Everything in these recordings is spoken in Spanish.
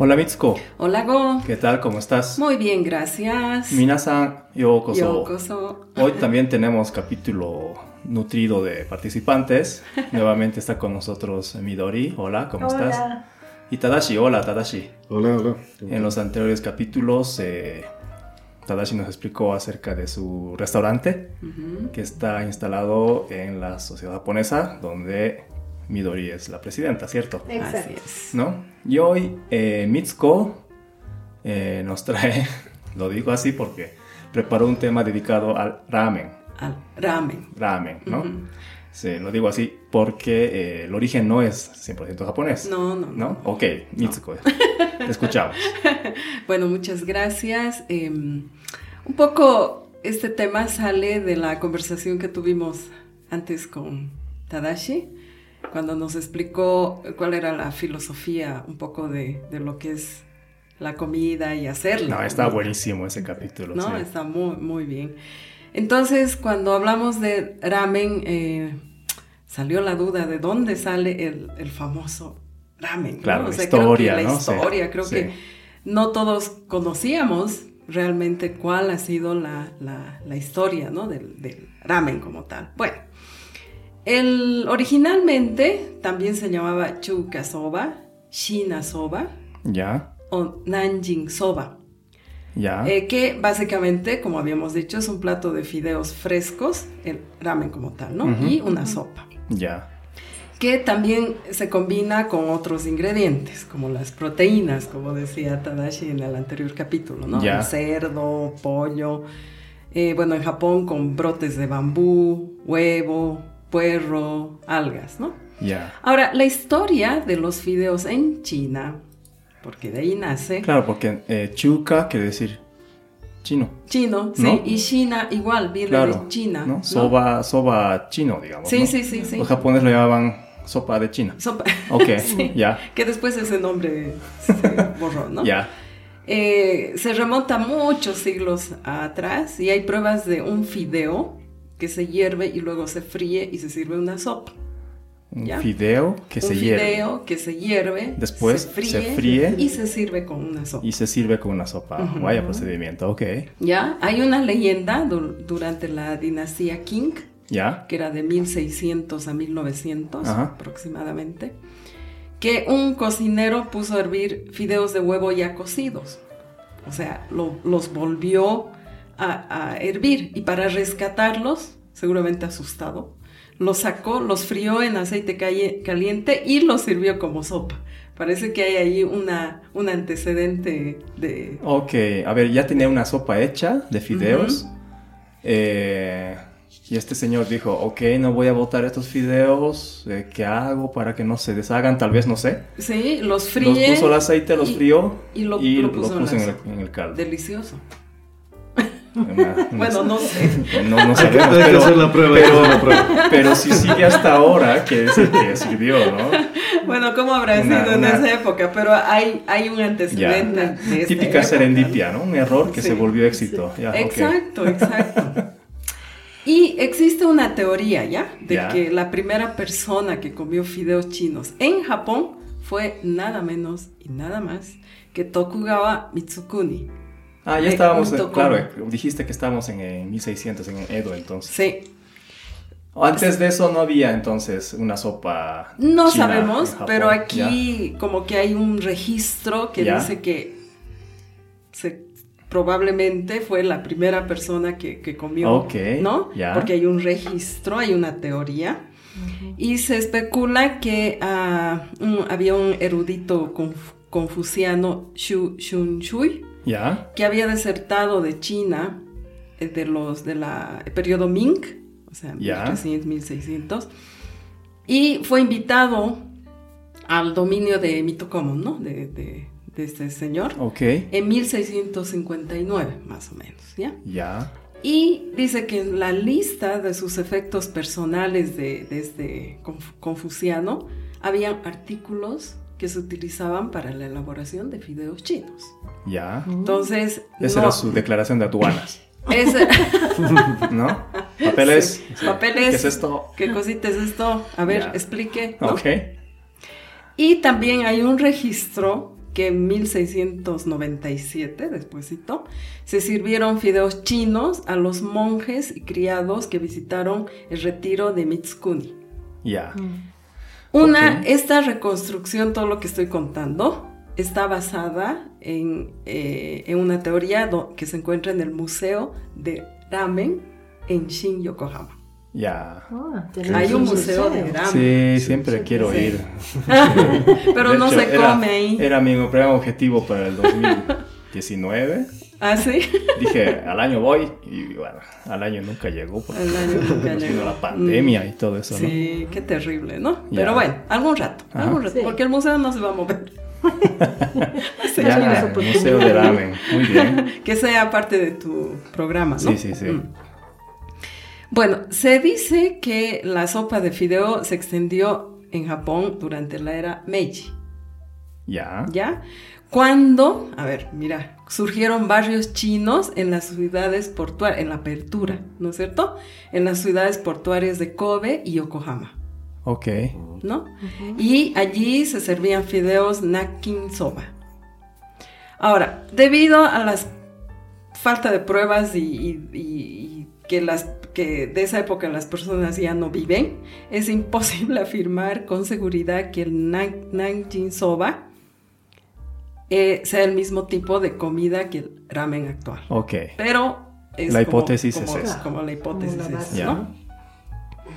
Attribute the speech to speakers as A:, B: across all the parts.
A: Hola Mitsuko,
B: オラゴ
A: ¿qué tal? ¿Cómo estás?
B: Muy bien, gracias.
A: Minasan, yo koso.
B: Yokoso.
A: Hoy también tenemos capítulo nutrido de participantes. Nuevamente está con nosotros Midori. Hola, ¿cómo estás?
C: Hola.
A: Y Tadashi, hola Tadashi.
D: Hola, hola.
A: En los anteriores capítulos, eh, Tadashi nos explicó acerca de su restaurante
B: Ujú.
A: que está instalado en la sociedad japonesa, donde Midori es la presidenta, ¿cierto?
B: Así
C: Exacto.
B: es.
A: ¿no? Y hoy eh, Mitsuko eh, nos trae, lo digo así porque preparó un tema dedicado al ramen,
B: Al ramen.
A: ramen, ¿no?
B: Ujú.
A: Sí, lo digo así porque eh, el origen no es 100% japonés.
B: No, no, no.
A: ¿No? Ok, Mitsuko, te escuchamos.
B: Bueno, muchas gracias. Eh, un poco este tema sale de la conversación que tuvimos antes con Tadashi, cuando nos explicó cuál era la filosofía un poco de, de lo que es la comida y hacerla.
A: No, está buenísimo ese capítulo.
B: ¿no?
A: sí.
B: Está muy, muy bien. Entonces, cuando hablamos de ramen, eh, salió la duda de dónde sale el, el famoso ramen. ¿no?
A: Claro, la
B: creo que
A: historia,
B: la
A: ¿no? Sí,
B: historia, creo
A: sí.
B: que no todos conocíamos realmente cuál ha sido la, la- la historia ¿no? del, del ramen como tal. Bueno, el, originalmente también se llamaba chuka soba, shina soba
A: Ya,
B: o nanjing soba.
A: ya.
B: Eh, que básicamente, como habíamos dicho, es un plato de fideos frescos, el ramen como tal, ¿no?
A: Ujú.
B: Y una sopa,
A: Ya,
B: que también se combina con otros ingredientes, como las proteínas, como decía Tadashi en el anterior capítulo, ¿no?
A: Ya.
B: El cerdo, pollo, eh, bueno, en Japón con brotes de bambú, huevo, puerro, algas, ¿no?
A: ya.
B: Ahora, la historia de los fideos en China, porque de ahí nace,
A: Claro, porque eh, chuka quiere decir chino.
B: Chino, sí,
A: ¿No?
B: y China igual, viene
A: Claro.
B: de China.
A: ¿no?
B: ¿no?
A: Soba, soba chino, digamos.
B: Sí,
A: ¿no?
B: sí, sí, sí.
A: Los japoneses lo llamaban sopa de China.
B: Sopa-
A: Ok,
B: Sí.
A: ya,
B: Que después ese nombre se borró, ¿no?
A: ya,
B: Eh, se remonta muchos siglos atrás y hay pruebas de un fideo que se hierve y luego se fríe y se sirve una sopa.
A: un
B: Ya.
A: fideo que
B: un
A: se
B: fideo
A: hierve
B: que se hierve,
A: Después
B: se
A: se
B: fríe,
A: fríe.
B: y se sirve con una sopa.
A: y se sirve con una sopa.
B: Ujú.
A: Vaya procedimiento, ok,
B: ¿Ya? Hay una leyenda du- durante la dinastía Qing
A: ya,
B: que era de 1600 a 1900
A: Ajá.
B: aproximadamente, que un cocinero puso a hervir fideos de huevo ya cocidos. O sea, lo- los volvió a, a hervir y para rescatarlos, seguramente asustado, los sacó, los frió en aceite calle- caliente y los sirvió como sopa. Parece que hay ahí una, un antecedente de...
A: ok. A ver, ya tenía una sopa hecha de fideos. eh, y este señor dijo, ok, no voy a botar estos fideos. eh, ¿Qué hago para que no se deshagan? Tal vez, no sé.
B: Sí, los
A: los
B: fríe.
A: puso al aceite, los
B: y-
A: frió
B: y lo- lo puso en
A: en,
B: la
A: el,
B: sopa.
A: en el caldo.
B: Delicioso.
A: Una- una-
B: Bueno, no sé.
A: no, no
D: Hay que,
A: sabemos,
D: hay que
A: pero-
D: hacer la prueba, hay que hacer la prueba.
A: pero si sigue hasta ahora, que es el que sirvió, ¿no?
B: Bueno, ¿cómo habrá
A: Una-
B: sido
A: una-
B: en esa época? Pero hay, hay un antecedente.
A: Ya.
B: de esta
A: Típica
B: época.
A: serendipia, ¿no? Un error que
B: Sí.
A: se volvió éxito. Ya, ok.
B: Exacto, exacto. Y existe una teoría, ¿ya? De
A: Ya.
B: que la primera persona que comió fideos chinos en Japón fue nada menos y nada más que Tokugawa Mitsukuni.
A: Ah, ya estábamos,
B: Eh,
A: eh,
B: junto
A: claro,
B: con-
A: eh, dijiste que estábamos en, eh, 1600, en Edo entonces.
B: Sí,
A: O Antes de eso no había entonces una sopa.
B: No
A: china
B: sabemos,
A: en Japón,
B: pero aquí como que hay un registro que
A: Ya.
B: dice que se- probablemente fue la primera persona que, que comió,
A: Ok,
B: ¿no?
A: ya.
B: Porque hay un registro, hay una teoría. Y se especula que ah, un- había un erudito conf- confuciano, Shu Shun Shui,
A: Ya,
B: que había desertado de China eh, de los de la el periodo Ming, o sea,
A: Ya.
B: 1300, 1600 y fue invitado al dominio de Mitocomo, ¿no? De, de- de este señor
A: ya, ok,
B: en 1659 más o menos, ¿ya?
A: ya,
B: Y dice que en la lista de sus efectos personales de, de este conf- confuciano habían artículos que se utilizaban para la elaboración de fideos chinos.
A: ya.
B: Entonces,
A: Esa
B: no-
A: era su declaración de aduanas,
B: Ese-
A: ¿no? Papeles.
B: Sí, papeles.
A: ¿Qué es esto?
B: ¿Qué cosita es esto? A ver,
A: Ya.
B: explique. ¿no?
A: Ok,
B: Y también hay un registro que en 1697, despuésito, se sirvieron fideos chinos a los monjes y criados que visitaron el retiro de Mitsukuni.
A: Ya.
B: Una,
A: Ok.
B: esta reconstrucción, todo lo que estoy contando, está basada en, eh, en una teoría do- que se encuentra en el Museo de Ramen en Shin Yokohama.
A: Ya.
C: Ah, tenemos
B: Hay un
A: Sí, sí,
B: museo de ramen,
A: Sí, siempre quiero
B: Ah, sí.
A: ir.
B: pero
A: De
B: no
A: hecho,
B: se
A: era-
B: come ahí.
A: Era mi primer objetivo para el 2019.
B: ¿Ah, sí?
A: Dije, al año voy. Y bueno, al año nunca llegó porque
B: Al año nunca
A: nos vino
B: llegó. Mm,
A: la pandemia y todo eso, ¿no?
B: Sí, qué terrible, ¿no?
A: Ya.
B: Pero bueno, algún rato,
A: Ajá.
B: algún rato,
C: Sí.
B: porque el museo no se va a mover. No sé,
A: Ya,
C: las
A: el Museo de Ramen. Muy bien.
B: que sea parte de tu programa, ¿no?
A: Sí, sí, sí.
B: Mm. Bueno, se dice que la sopa de fideo se extendió en Japón durante la era Meiji,
A: Ya.
B: ¿ya? Cuando, a ver, mira, surgieron barrios chinos en las ciudades portuarias, en la apertura, ¿no es cierto? En las ciudades portuarias de Kobe y Yokohama,
A: Ok.
B: ¿no? Y allí se servían fideos nakin soba. Ahora, debido a la falta de pruebas y, y- y- y que, las, que de esa época las personas ya no viven, es imposible afirmar con seguridad que el nan- nanjin soba eh, sea el mismo tipo de comida que el ramen actual.
A: Ok.
B: Pero es
A: La
B: como-
A: hipótesis
B: como,
A: es esa.
B: como la hipótesis
C: Como la
B: es,
C: base.
B: ¿no?
A: Ya.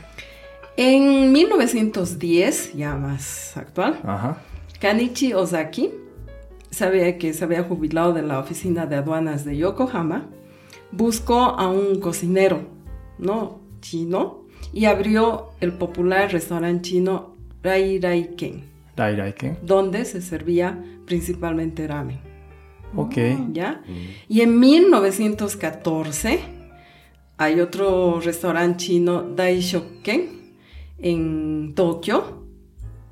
B: En 1910, ya más actual,
A: Ajá.
B: Kanichi Ozaki, sabía que se había jubilado de la oficina de aduanas de Yokohama, buscó a un cocinero, ¿no? Chino, y abrió el popular restaurante chino Rai Rai Ken,
A: Rai Rai Ken.
B: donde se servía principalmente ramen,
A: Ok. Mm.
B: ¿ya? Y en 1914 hay otro restaurante chino Daishoken en Tokio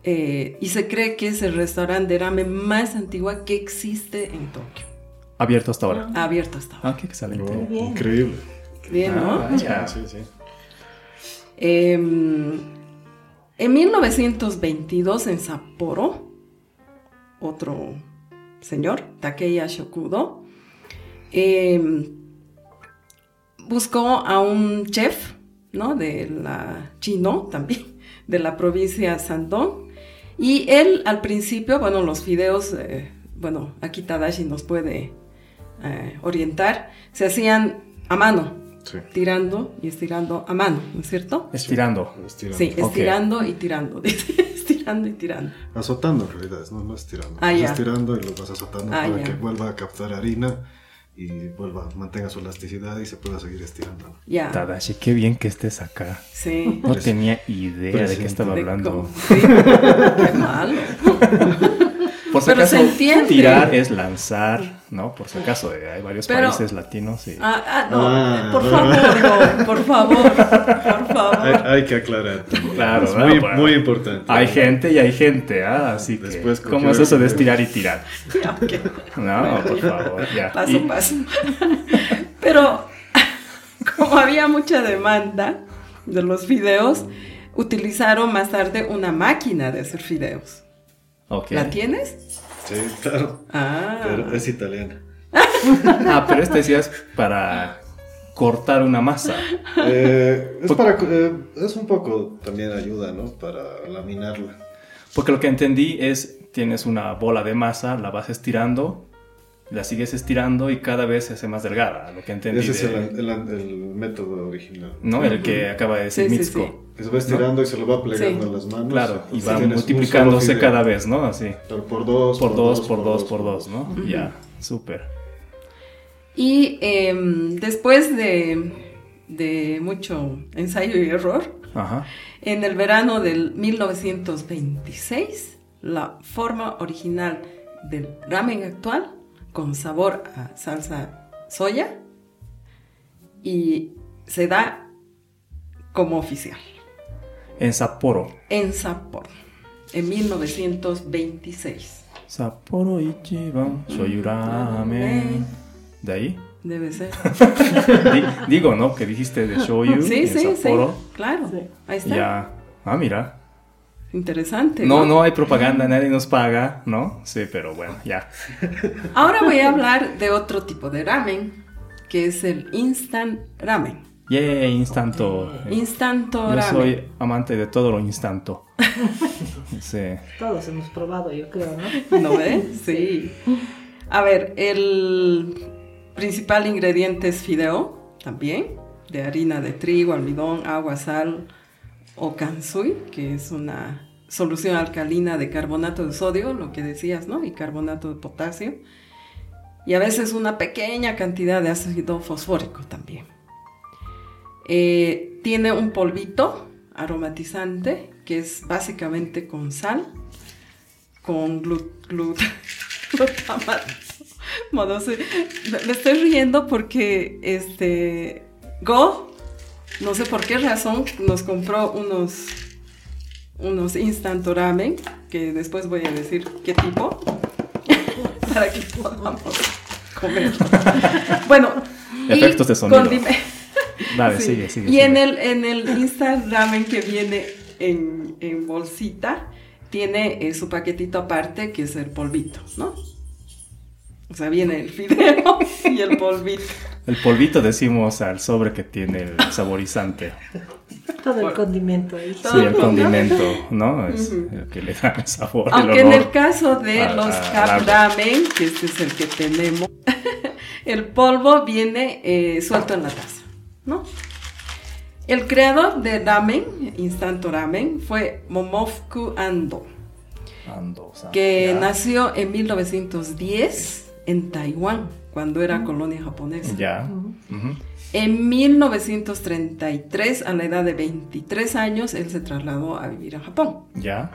B: eh, y se cree que es el restaurante de ramen más antigua que existe en Tokio.
A: Abierto hasta ahora.
B: Abierto hasta ahora.
A: Ah, qué excelente.
D: Oh,
C: Muy bien.
D: Increíble.
B: Bien, ¿no?
A: Ah, ya.
D: Sí, sí.
B: Eh, en 1922 en Sapporo, otro señor, Takeya Shokudo, eh, buscó a un chef, ¿no? De la chino también, de la provincia Sandón. Y él al principio, bueno, los fideos, eh, bueno, aquí Tadashi nos puede eh, orientar, se hacían a mano,
D: Sí.
B: tirando y estirando a mano, ¿no es cierto?
A: Estirando.
D: Estirando.
B: Sí,
A: Ok.
B: estirando y tirando, dice, estirando y tirando.
D: Azotando en realidad, es, no, no estirando.
B: Ah,
D: Es
B: ya.
D: estirando y lo vas azotando
B: Ah,
D: para
B: ya.
D: que vuelva a captar harina y vuelva, mantenga su elasticidad y se pueda seguir estirando.
B: Ya.
A: Tadashi, qué bien que estés acá.
B: Sí.
A: No
D: Pres-
A: tenía idea de qué
D: presente.
A: estaba
B: De
A: hablando.
B: cómo- sí. Qué malo.
A: Por si
B: Pero
A: acaso,
B: se entiende.
A: tirar es lanzar, ¿no? Por si acaso, eh, hay varios
B: Pero-
A: países latinos y...
B: Ah, ah, no,
D: Ah.
B: por favor, por favor, por
D: Hay,
B: favor.
D: hay que aclarar. ah, también.
A: pues, Claro,
D: es
A: ¿no?
D: muy,
A: Para-
D: muy importante.
A: Hay gente y hay gente, ¿ah? Así que,
D: Después cualquier-
A: ¿cómo es eso de estirar y tirar?
B: Ya, ok.
A: No, por favor, ya.
B: paso
A: Y-
B: a paso. Pero como había mucha demanda de los fideos, utilizaron más tarde una máquina de hacer fideos.
A: ok.
B: ¿La tienes?
D: Sí, claro.
B: Ah.
A: eh.
D: Pero es italiana.
A: Ah, pero este sí es para cortar una masa.
D: Eh, es,
A: Por-
D: para, eh, es un poco también ayuda, ¿no? Para laminarla.
A: Porque lo que entendí es, tienes una bola de masa, la vas estirando, la sigues estirando y cada vez se hace más delgada, lo que entendí.
D: Ese es
A: de-
D: el, el- el método original.
A: ¿No? El que acaba de decir
B: Sí, sí,
A: Mitsuko.
B: sí.
D: Se va estirando y se lo va plegando
B: Sí.
D: en las manos.
A: Claro, y
D: Entonces
A: va
D: tienes un
A: multiplicándose
D: solo
A: cada
D: fideo.
A: vez, ¿no? Así.
D: Pero por dos,
A: Por dos, por dos, por dos, ¿no? Ya, súper.
B: Y em, después de, de mucho ensayo y error,
A: Ajá.
B: en el verano del 1926, la forma original del ramen actual, con sabor a salsa soya, y se da como oficial
A: En Sapporo.
B: en Sapporo, en 1926.
A: Sapporo Ichiban Shoyurame. ¿De ahí?
B: Debe ser.
A: Di- digo, ¿no? Que dijiste de Shoyu
B: Sí,
A: en
B: sí, sí.
A: Sapporo.
B: Claro.
C: Sí.
B: Ahí está.
A: Ya. Ah, mira.
B: Interesante.
A: No, no hay propaganda, nadie nos paga, ¿no? Sí, pero bueno, ya.
B: Ahora voy a hablar de otro tipo de ramen, que es el instant ramen.
A: Yeah, instanto.
B: Instanto
A: Yo
B: ramen.
A: soy amante de todo lo instanto. Sí.
C: Todos hemos probado, yo creo, ¿no?
B: ¿No ves? Sí. A ver, el principal ingrediente es fideo, también, de harina de trigo, almidón, agua, sal o kansui, que es una solución alcalina de carbonato de sodio, lo que decías, ¿no? Y carbonato de potasio. Y a veces una pequeña cantidad de ácido fosfórico también. Eh, tiene un polvito aromatizante que es básicamente con sal con glu- glu- glutamato. Bueno, sí, me- me estoy riendo porque este Go, no sé por qué razón, nos compró unos unos instant ramen que después voy a decir qué tipo para que podamos comer. bueno, y
A: Efectos de sonido.
B: condime-
A: Dale,
B: Sí.
A: sigue, sigue.
B: Y
A: sigue.
B: en el, en el Instant Ramen que viene en, en bolsita, tiene eh, su paquetito aparte que es el polvito, ¿no? O sea, viene el fideo y el polvito.
A: El polvito decimos al sobre que tiene el saborizante.
C: Todo el condimento ahí.
B: Todo
A: Sí, el
B: junto.
A: condimento, ¿no? Es
B: Ujú.
A: el que le da el sabor.
B: Aunque
A: el
B: en
A: olor.
B: el caso de
A: Ah,
B: los
A: ah,
B: Cup
A: largo.
B: Ramen, que este es el que tenemos, el polvo viene eh, suelto en la taza, ¿no? El creador de ramen, Instanto Ramen, fue Momofuku Ando.
A: Ando, o sea,
B: que
A: ya.
B: nació en 1910 en Taiwán, cuando era colonia japonesa.
A: Mm. Ya.
C: Ujú.
A: Ujú.
B: En 1933, a la edad de 23 años, él se trasladó a vivir a Japón.
A: Ya.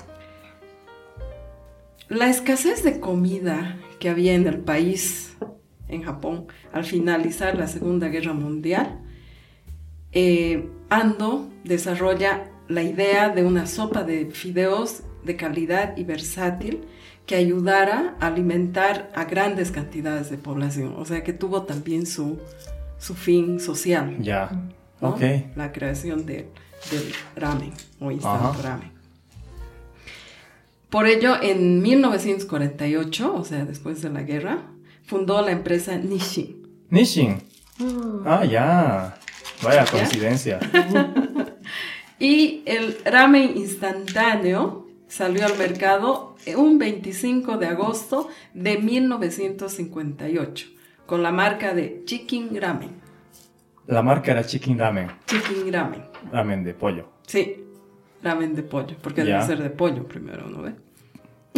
B: La escasez de comida que había en el país, en Japón, al finalizar la Segunda Guerra Mundial, eh, Ando desarrolla la idea de una sopa de fideos de calidad y versátil que ayudara a alimentar a grandes cantidades de población. O sea que tuvo también su, su fin social.
A: Ya.
B: ¿no?
A: Ok.
B: La creación de- del ramen o
A: Ajá.
B: instant ramen. Por ello, en 1948, o sea, después de la guerra, fundó la empresa Nishin.
A: Nishin. Ah, ya. Vaya
B: ¿Ya?
A: coincidencia.
B: Y el ramen instantáneo salió al mercado un 25 de agosto de 1958 con la marca de Chicken Ramen.
A: La marca era Chicken Ramen.
B: Chicken Ramen.
A: Ramen de pollo.
B: Sí, ramen de pollo, porque
A: Ya.
B: debe ser de pollo primero, ¿no ve?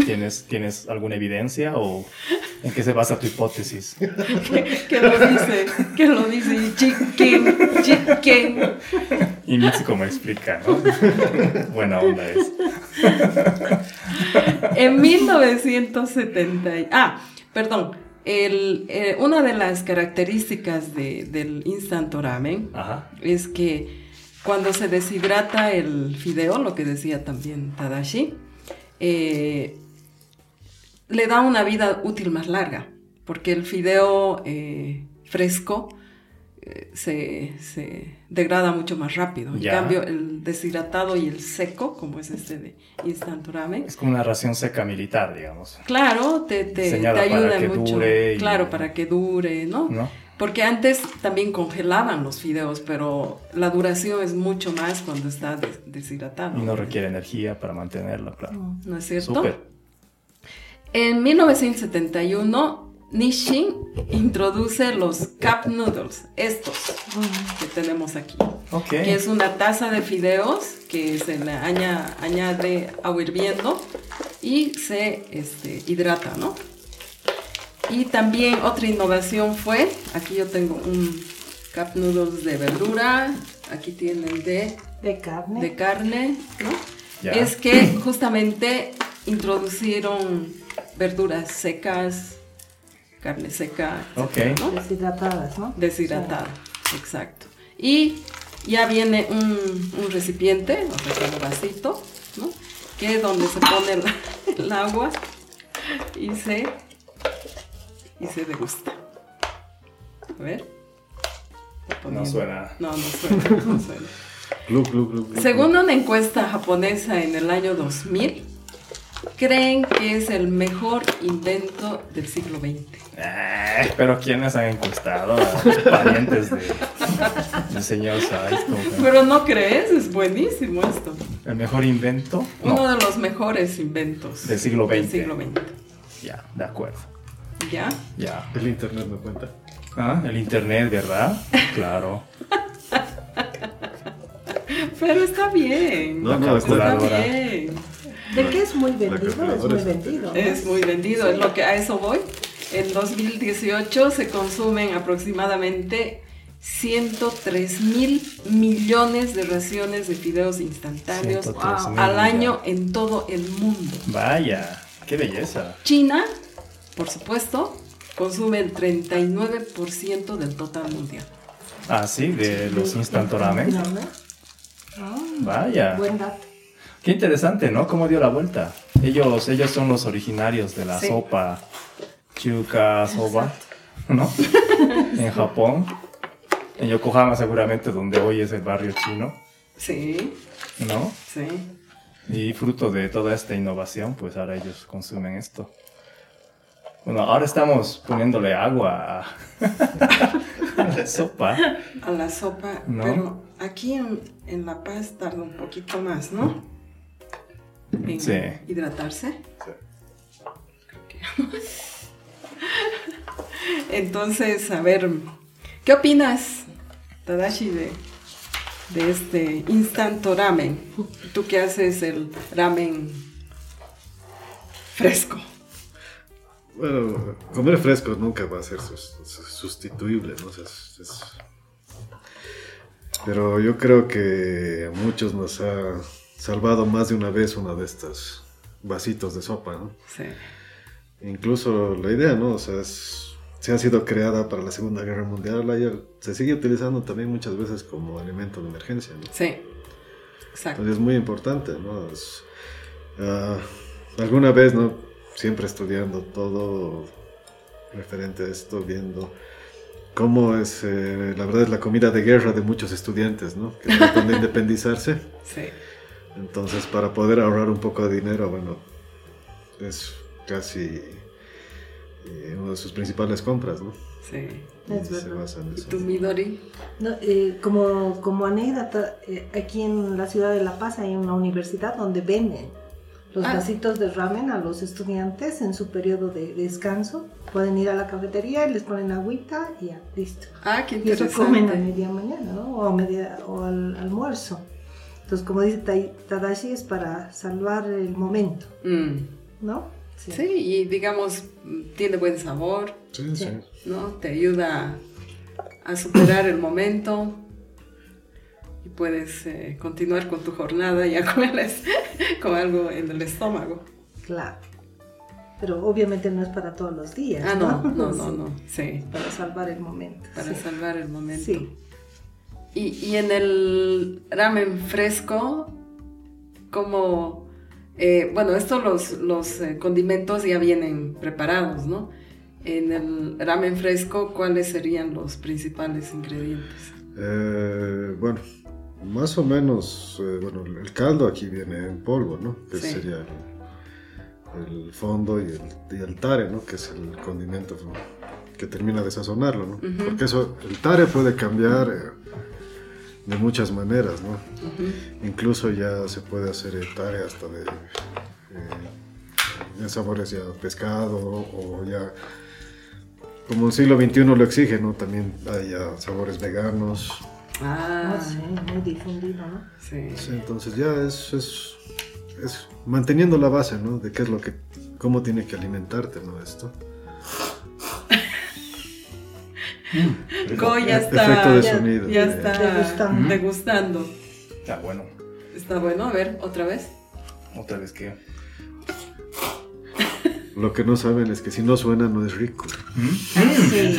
A: ¿Tienes, ¿Tienes alguna evidencia o en qué se basa tu hipótesis?
B: que, que lo dice, que lo dice chicken, chicken.
A: Y Mitsuko me explica, ¿no? Buena onda es.
B: En 1970, y- ah, perdón, el, eh, una de las características de- del instant ramen
A: Ajá.
B: es que cuando se deshidrata el fideo, lo que decía también Tadashi, eh, le da una vida útil más larga, porque el fideo eh, fresco eh, se, se degrada mucho más rápido. En
A: Ya.
B: cambio, el deshidratado y el seco, como es este de Instant Ramen,
A: Es como una ración seca militar, digamos.
B: claro, te, te, te
A: Diseñada para
B: ayuda
A: que
B: mucho.
A: dure y-
B: Claro, para que dure, ¿no?
A: ¿No?
B: Porque antes también congelaban los fideos, pero la duración es mucho más cuando está des- deshidratado.
A: Y no requiere energía para mantenerla, claro.
B: ¿No es Ah, cierto?
A: Súper.
B: En 1971, Nishin introduce los cup noodles, estos que tenemos aquí,
A: Ok.
B: que es una taza de fideos que se le aña- añade agua hirviendo y se este, hidrata, ¿no? Y también otra innovación fue, aquí yo tengo un cup noodles de verdura, aquí tienen de,
C: De carne.
B: de carne, ¿no?
A: Ya.
B: Es que justamente introducieron verduras secas, carne seca, etcétera,
A: Ok.
B: ¿no?
C: Deshidratadas, ¿no?
B: Deshidratada, exacto. Y ya viene un, un recipiente, o sea, como vasito, ¿no? Que es donde se pone el, el agua y se, y se degusta. A ver. Voy
A: No
B: poniendo.
A: suena.
B: No, no suena, no suena.
D: Glu, glu, glu, glu,
B: Según una encuesta japonesa en el año 2000, creen que es el mejor invento del siglo XX.
A: Eh, pero ¿quiénes han encuestado a los parientes de- del señor Sáenz? Como que-
B: Pero no crees, es buenísimo esto.
A: ¿El mejor invento?
B: Uno
A: No,
B: de los mejores inventos
A: del siglo
B: del
A: XX.
B: siglo XX.
A: Ya, de acuerdo.
B: ¿Ya?
A: Ya.
D: glu. El internet me cuenta.
A: Ah, el internet, ¿verdad? Claro.
B: Pero está bien.
D: No, no,
A: La
D: está-
B: está
A: calculadora.
B: bien.
C: De que es muy vendido, es
D: calculadora
C: muy
D: es-
C: vendido. ¿no?
B: Es muy vendido, es lo que a eso voy. En 2018 se consumen aproximadamente 103 mil millones de raciones de fideos instantáneos
A: 103 mil
B: al año
A: millones.
B: en todo el mundo.
A: Vaya, qué belleza.
B: China, por supuesto, consume el 39% del total mundial.
A: Ah, sí, de los instantoramen.
C: Ramen. Ah,
A: Vaya.
C: buen dato.
A: Qué interesante, ¿no? Cómo dio la vuelta. Ellos, ellos son los originarios de la
B: Sí.
A: sopa chuka soba, ¿no? en Japón, en Yokohama seguramente, donde hoy es el barrio chino,
B: Sí,
A: ¿no?
B: sí.
A: Y fruto de toda esta innovación, pues ahora ellos consumen esto. Bueno, ahora estamos poniéndole agua a, a la sopa.
B: A la sopa,
A: No.
B: pero aquí en, en La Paz tarda un poquito más, ¿no? En
A: Sí.
B: hidratarse. Entonces, a ver, ¿qué opinas, Tadashi, de, de este instanto ramen? Tú que haces el ramen fresco.
D: Bueno, comer fresco nunca va a ser sus- sus- sustituible, ¿no? O sea, es- es- Pero yo creo que a muchos nos ha salvado más de una vez una de estas vasitos de sopa, ¿no?
B: Sí,
D: Incluso la idea, ¿no? O sea, es- se ha sido creada para la Segunda Guerra Mundial, la- ya se sigue utilizando también muchas veces como alimento de emergencia, ¿no?
B: sí. Exacto.
D: Entonces es muy importante, ¿no? Es, ah, alguna vez, ¿no? Siempre estudiando todo referente a esto, viendo cómo es, eh, la verdad es la comida de guerra de muchos estudiantes, ¿no? Que tratan de independizarse.
B: Sí.
D: Entonces, para poder ahorrar un poco de dinero, bueno, es casi eh, una de sus principales compras, ¿no?
B: Sí.
C: Es
D: Y se
C: verdad.
D: basa en
B: ¿Y
D: eso.
B: tú, Midori?
C: No, eh, como, como anécdota, eh, aquí en la ciudad de La Paz hay una universidad donde venden los
B: Ah.
C: vasitos de ramen a los estudiantes en su periodo de descanso. Pueden ir a la cafetería y les ponen agüita y ya, listo.
B: Ah, qué
C: Y eso comen a
B: interesante.
C: media mañana, ¿no? O, a media, o al almuerzo. Entonces, como dice Tai- Tadashi, es para salvar el momento,
B: Mm.
C: ¿no?
B: Sí, y digamos, mm, tiene buen sabor,
D: Sí, sí.
B: ¿no? Te ayuda a superar el momento y puedes eh, continuar con tu jornada ya con, el es- con algo en el estómago.
C: Claro. Pero obviamente no es para todos los días.
B: Ah, no, no, no, no, sí,
C: Para salvar el momento.
B: para
C: sí.
B: salvar el momento.
C: Sí.
B: Y, y en el ramen fresco, como, eh, bueno, estos los, los eh, condimentos ya vienen preparados, ¿no? En el ramen fresco, ¿cuáles serían los principales ingredientes?
D: Eh, bueno, más o menos, eh, bueno, el caldo aquí viene en polvo, ¿no? Que
B: Sí.
D: sería el, el fondo y el, y el tare, ¿no? Que es el condimento ¿no? que termina de sazonarlo, ¿no? Porque eso, el tare puede cambiar eh, de muchas maneras, ¿no? Incluso ya se puede hacer el tare hasta de, eh, de sabores ya pescado o ya como el siglo XXI lo exige, ¿no? También hay ya sabores veganos.
B: Ah,
C: Ah, sí, muy difundido, ¿no?
B: sí.
D: Sí, entonces ya es, es, es manteniendo la base, ¿no? De qué es lo que, cómo tiene que alimentarte, ¿no? Esto.
B: Go ya está.
D: Efecto de
B: ya-
D: sonido.
B: ya está degustando.
C: Degustando.
A: Está bueno.
B: Está bueno, a ver, otra vez.
A: Otra vez que...
D: Lo que no saben es que si no suena no es rico.
C: Sí,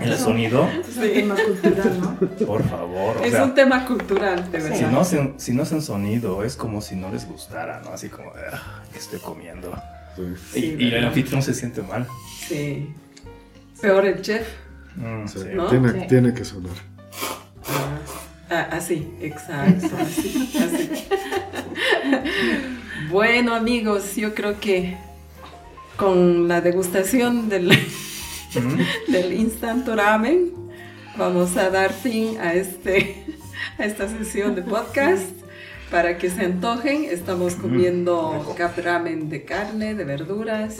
A: El sonido,
C: es un tema cultural, ¿no?
A: por favor. O
B: es
A: sea,
B: un tema cultural, de verdad.
A: Si no, hacen, si no hacen sonido, es como si no les gustara, ¿no? Así como, "Ah, ¿qué estoy comiendo?
D: Sí.
B: Sí,
A: y y el
B: ¿verdad?
A: anfitrión se siente mal.
B: Sí. Peor el chef.
A: Mm,
D: O sea,
A: sí.
B: ¿No?
D: tiene,
C: Sí.
D: tiene que sonar.
B: Ah, así, exacto, así, así. Bueno, amigos, yo creo que con la degustación del, del instant ramen vamos a dar fin a, este, a esta sesión de podcast. Para que se antojen, estamos comiendo cap ramen de carne, de verduras.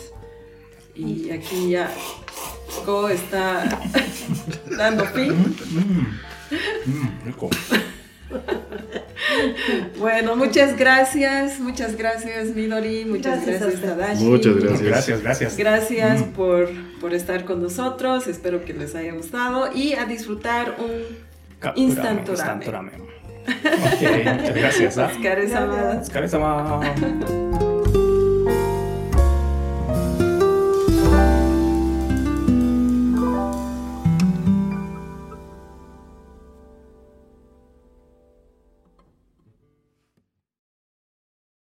B: Y aquí ya Go está dando fin.
A: Mm, rico.
B: Bueno, muchas gracias, muchas gracias Midori, muchas
C: Gracias a
B: gracias,
C: usted.
B: Tadashi.
D: Muchas gracias.
A: Gracias, gracias.
B: Gracias por, por estar con nosotros, espero que les haya gustado y a disfrutar un
A: Capturame,
B: Instant ramen.
A: instant ramen. Ok, muchas gracias. ¿ah?
B: Oscar Esama.
A: Oscar-sama.